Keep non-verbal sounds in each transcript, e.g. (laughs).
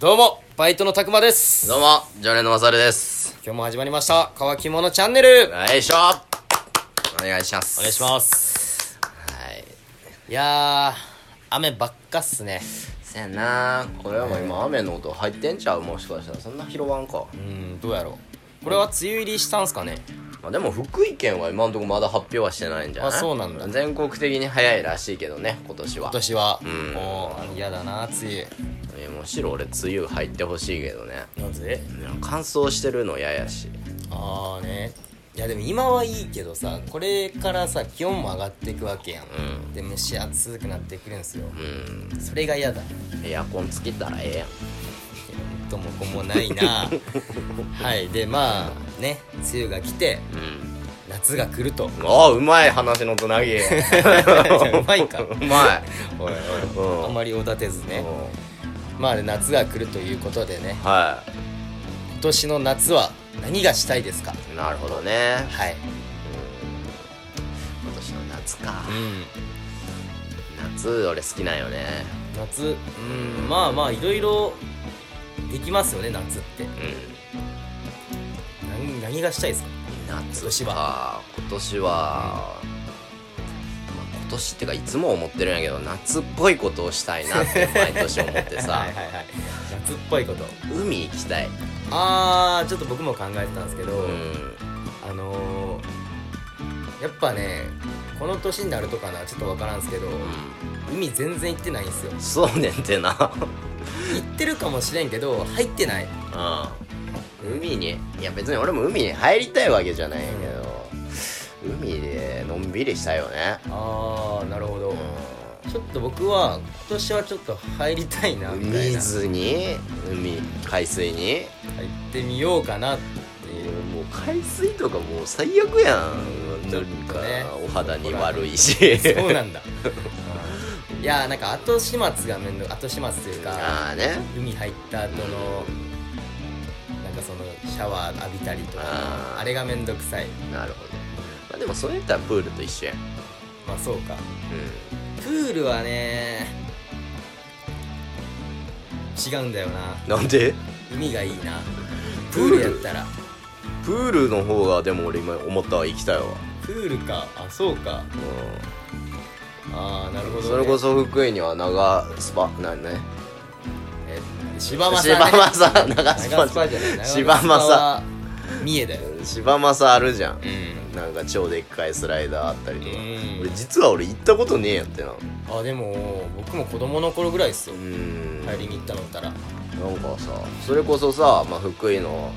どうもバイトのたくまですどうも、常連のまさるです。今日も始まりました乾き物チャンネルよいしょお願いします。お願いしす。ますはい。いやー雨ばっかっすねせやなこれはもう今雨の音入ってんちゃうもしかしたらそんな広まんかう。んどうやろうこれは梅雨入りしたんすかねまあでも福井県は今んとこまだ発表はしてないんじゃないあそうなんだ全国的に早いらしいけどね、今年は今。年はんもう嫌だな梅えむしろ俺梅雨入ってほしいけどね。雨なぜいや乾燥してるのややし。ああねいやでも今はいいけどさこれからさ気温も上がっていくわけやん、うんで蒸し暑くなってくるんすようん。それが嫌だエアコンつけたらええやん。ともこもない (laughs) なはいでまあね梅雨が来てうん。夏が来る (laughs) とああ、うまい話のつ (laughs) なぎ。ううまいかまい。おいおういんあんまりおだてずねうんまあね夏が来るということでねは今年の夏は何がしたいですかい。なるほどね。はい今年の夏かうん夏俺好きなんよね夏うんまあまあいろいろできますよね夏ってうん何何がしたいですか夏今年は今年は、まあ今年ってかいつも思ってるんやけど夏っぽいことをしたいなって毎年思ってさ (laughs) はいはいはい夏っぽいこと海行きたいあーちょっと僕も考えてたんですけど、うんあのー、やっぱねこの年になるとかなちょっとわからんすけど海全然行ってないんですよそうねんてな行ってるかもしれんけど入ってないうん海にいや別に俺も海に入りたいわけじゃないんやけど海でのんびりしたいよねあーなるほど、うちょっと僕は今年はちょっと入りたいなんみたい海な図に海海水に入ってみようかなっていいやうもう海水とかもう最悪やんちょっなんとねかお肌に悪い (laughs) しそうなんだうんいやーなんか後始末がめんど後始末というか (laughs) ああね海入った後のなんかそのシャワー浴びたりとかああーれがめんどくさいなるほど、まあ、でもそれやったらプールと一緒やんうんまあそうかプールはね違うんだよななんで海がいいなププーールルやったらプールの方がでも俺今思ったわ行きたいわプールかあそうかうああなるほど、んね、それこそ福井には長スパなんねえ柴間さん、ね、柴間さん長ス長パスパじゃない柴間さん三重だよん柴間さんあるじゃんうんなんか超でっかいスライダーあったりとかうん俺実は俺行ったことねえやってなあでも僕も子供の頃ぐらいっすようん帰りに行ったのったらなんかさそれこそさ、まあ、福井の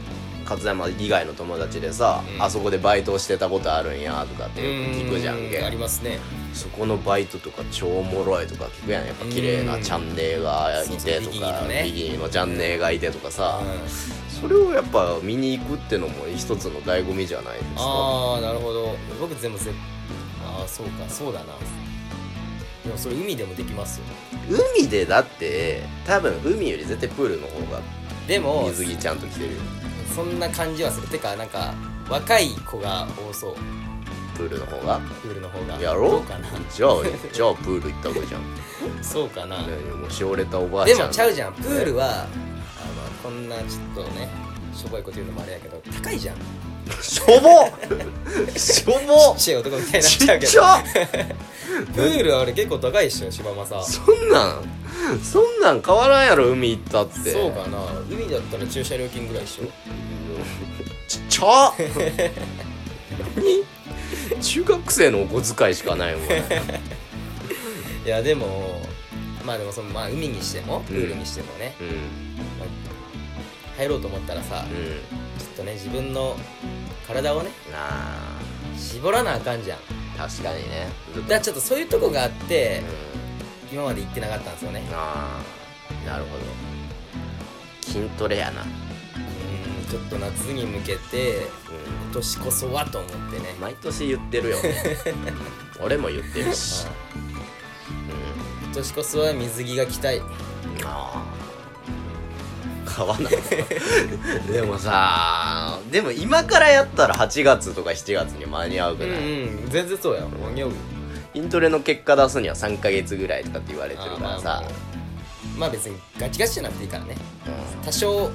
勝山以外の友達でさ、うんあそこでバイトしてたことあるんやとかってよく聞くじゃんけうありますねそこのバイトとか超おもろいとか聞くやんやっぱ綺麗うなんチャンネルがいてとそうそうビギニかのねビギニのチャンネルがいてとかさ、うんそれをやっぱ見に行くってのも一つの醍醐味じゃないですかああなるほど僕全部せああそうかそうだなでもそれ海でもできますよ海でだって多分海より絶対プールの方がでも水着ちゃんと着てるよそんな感じはするてかなんか若い子が多そうプールの方がプールの方がやろどうかなじゃあじゃあプール行った方がいいじゃんそうかな、ねもうしおれたおばあちでゃんもちゃうじゃんプールはあのこんなちょっとねしょぼいこと言うのもあれやけど高いじゃんちしょぼしょぼっちゃい男みたいになっちちゃうっけちゃどプールはあれ結構高いっしょ柴間さんそんなんそんなん変わらんやろ海行ったってそうかな海だったら駐車料金ぐらいっしょちっちゃ何中学生のお小遣いしかないも (laughs) んいやでもまあでもそのまあ海にしてもプールにしてもね、うんまあ入ろうと思ったらさ、ちょうんっとね自分の体をねあ絞らなあかんじゃんー確かにねずだっとからちょっとそういうとこがあってう今まで行ってなかったんですよねんあーなるほど筋トレやな、うん、うんちょっと夏に向けて今年こそはと思ってね、毎年言ってる (laughs) よね俺も言ってるし、うん今年こそは水着が着たいああ買わないでもさでも今からやったら8月とか7月に間に合うくうなんい、うん全然そうや間に合うイントレの結果出すには3ヶ月ぐらいとかって言われてるからあーまあさまあまあ別にガチガチじゃなくていいからねうん多少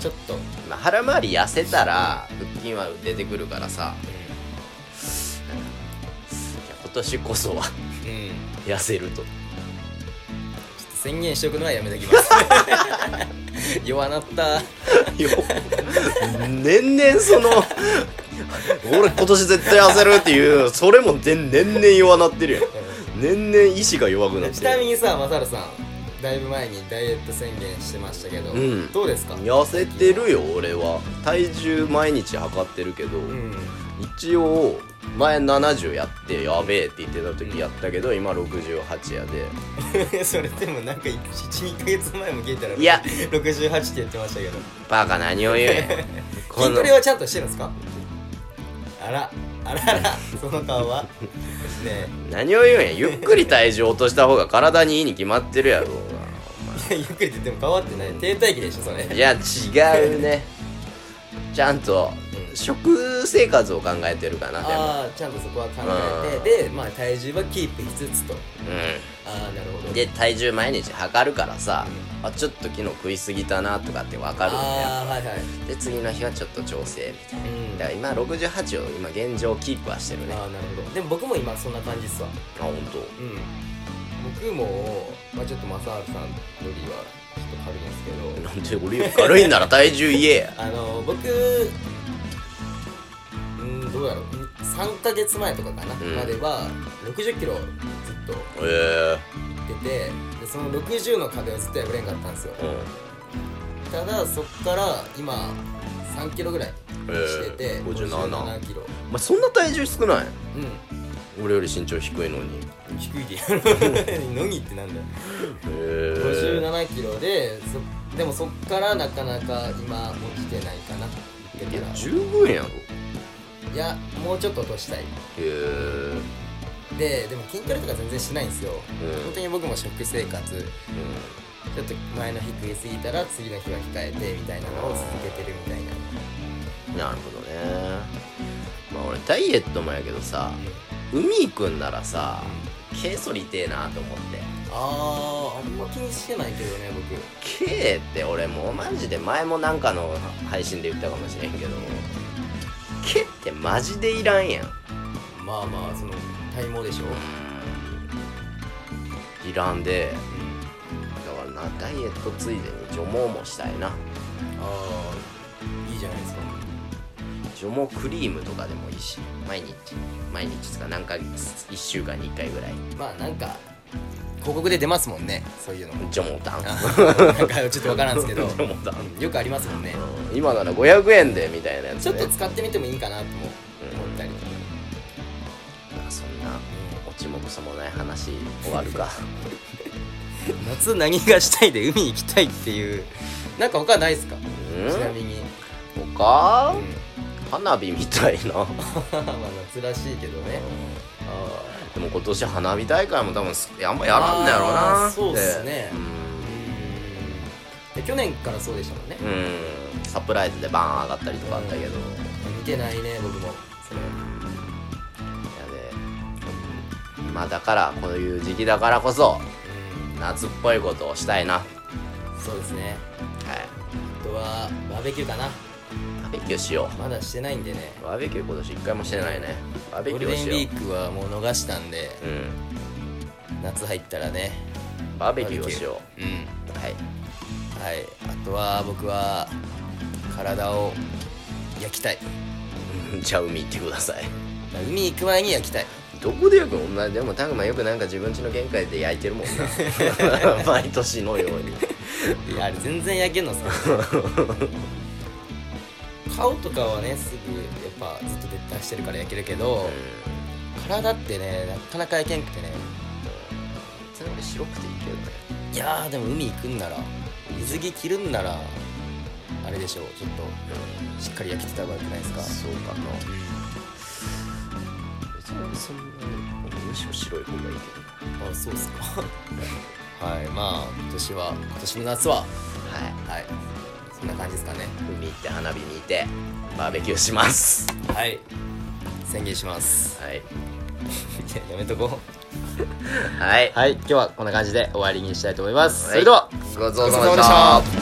ちょっと、うんまあ腹周り痩せたら腹筋は出てくるからさいや今年こそはうん、ちょ痩せるとっと宣言しておくのはやめときます (laughs) 弱なった (laughs) よ年々その俺今年絶対痩せるっていうそれも全年々弱なってるやん年々意志が弱くなってるちなみにさマサルさんだいぶ前にダイエット宣言してましたけど、うんどうですか痩せてるよ俺は体重毎日測ってるけど、うん (laughs) 一応前70やってやべえって言ってた時やったけど今68やでそれでもなんか12ヶ月前も聞いたらいや68って言ってましたけどバカ何を言 (laughs) うやんこ筋のトレはちゃんとしてるんですかあらあらあ (laughs) らその顔はねえ何を言うんやゆっくり体重落とした方が体にいいに決まってるやろういやゆっくりって言っても変わってない停滞期でしょそれないや違うねちゃんと食生活を考えてるかなでもああちゃんとそこは考えてでまあ体重はキープしつつとああなるほうんどで体重毎日測るからさ、あちょっと昨日食いすぎたなとかって分かるんだよああはいはいで次の日はちょっと調整みたいな、うんだから今68を今現状キープはしてるねああなるほどでも僕も今そんな感じっすわあ本うん僕も、まあ、ちょっと正治さんよりはちょっと軽いんですけど当。なんで俺より軽いんなら体重言え (laughs) やあの僕うんどうだろう3ヶ月前とかかな、んまでは6 0キロずっとええ行っててでその60の壁をずっと破れんかったんですようんただそっから今3キロぐらいしてて、えー57 57キロお前そんな体重少ないうん俺より身長低いのに低いで (laughs) のぎってなんだよへえ57キロでそでもそっからなかなか今落ちてないかなだいかやら十分やろへいやもうちょっと落としたいえででも筋トレとか全然しないんですよ、うん本当に僕も食生活ちょっと前の日食い過ぎたら次の日は控えてみたいなのを続けてるみたいな、うんなるほどねまあ俺ダイエットもやけどさ海行くんならさ毛剃りてえなと思ってあーあんま気にしてないけどね僕 K って俺もうマジで前もなんかの配信で言ったかもしれんけど K ってマジでいらんやんまあまあその体毛でしょ、いらんでうん、だからなダイエットついでに除毛もしたいなああいいじゃないですか除毛クリームとかでもいいし毎日毎日つか何ヶ月1週間に1回ぐらいまあなんか広告で出ますもんねそういうの (laughs) も除毛タンなんかちょっとわからんですけど (laughs) 除毛タンよくありますもんねうん今なら500円でみたいなやつ、ちょね、っと使ってみてもいいかなとも思ったり、まあそんな落ちもくそもない話終わる (laughs) か夏何がしたいで海行きたいっていうなんか他ないですかちなみに、うん他うん (laughs) 花火みたいなま (laughs) あ夏らしいけどねあでも今年花火大会も多分すあんまやらんのやろうあーなそうっすねあううんで去年からそうでしたもんね、んうんサプライズでバーン上がったりとかあったけど、や見てないね僕もそれでまあだからこういう時期だからこそう夏っぽいことをしたいなはいんそうですねあとはバーベキューかなバーベキューしよまだしてないんでねうバーベキュー今年一回もしてないねバーベゴーキルューをデンウしよィークはもう逃したんでううん夏入ったらねバーベキューをしようんうはい (laughs) はい、あとは僕は体を焼きたいうんじゃあ海行ってください海行く前に焼きたいどこで焼くのお前でもたくまよくなんか自分家の玄関で焼いてるもんな (laughs) 毎年のようにいやあれ全然焼けんのさ顔とかはねすぐやっぱずっと出出してるから焼けるけど、体ってねなかなか焼けんくてね全部白くていいけどねいやーでも海行くんなら水着着るんならあれでしょうちょっとしっかり焼きてた方がよくないですかそうかな別にそんなにむしろ白い方がいいけあそうっすか (laughs) はいまあ今年は今年の夏はどははいいそんな感じですかね海行って花火見てバーベキューしますはい宣言します (laughs) はいややめとこはいはい今日はこんな感じで終わりにしたいと思います、はいそれではごちそううさまでした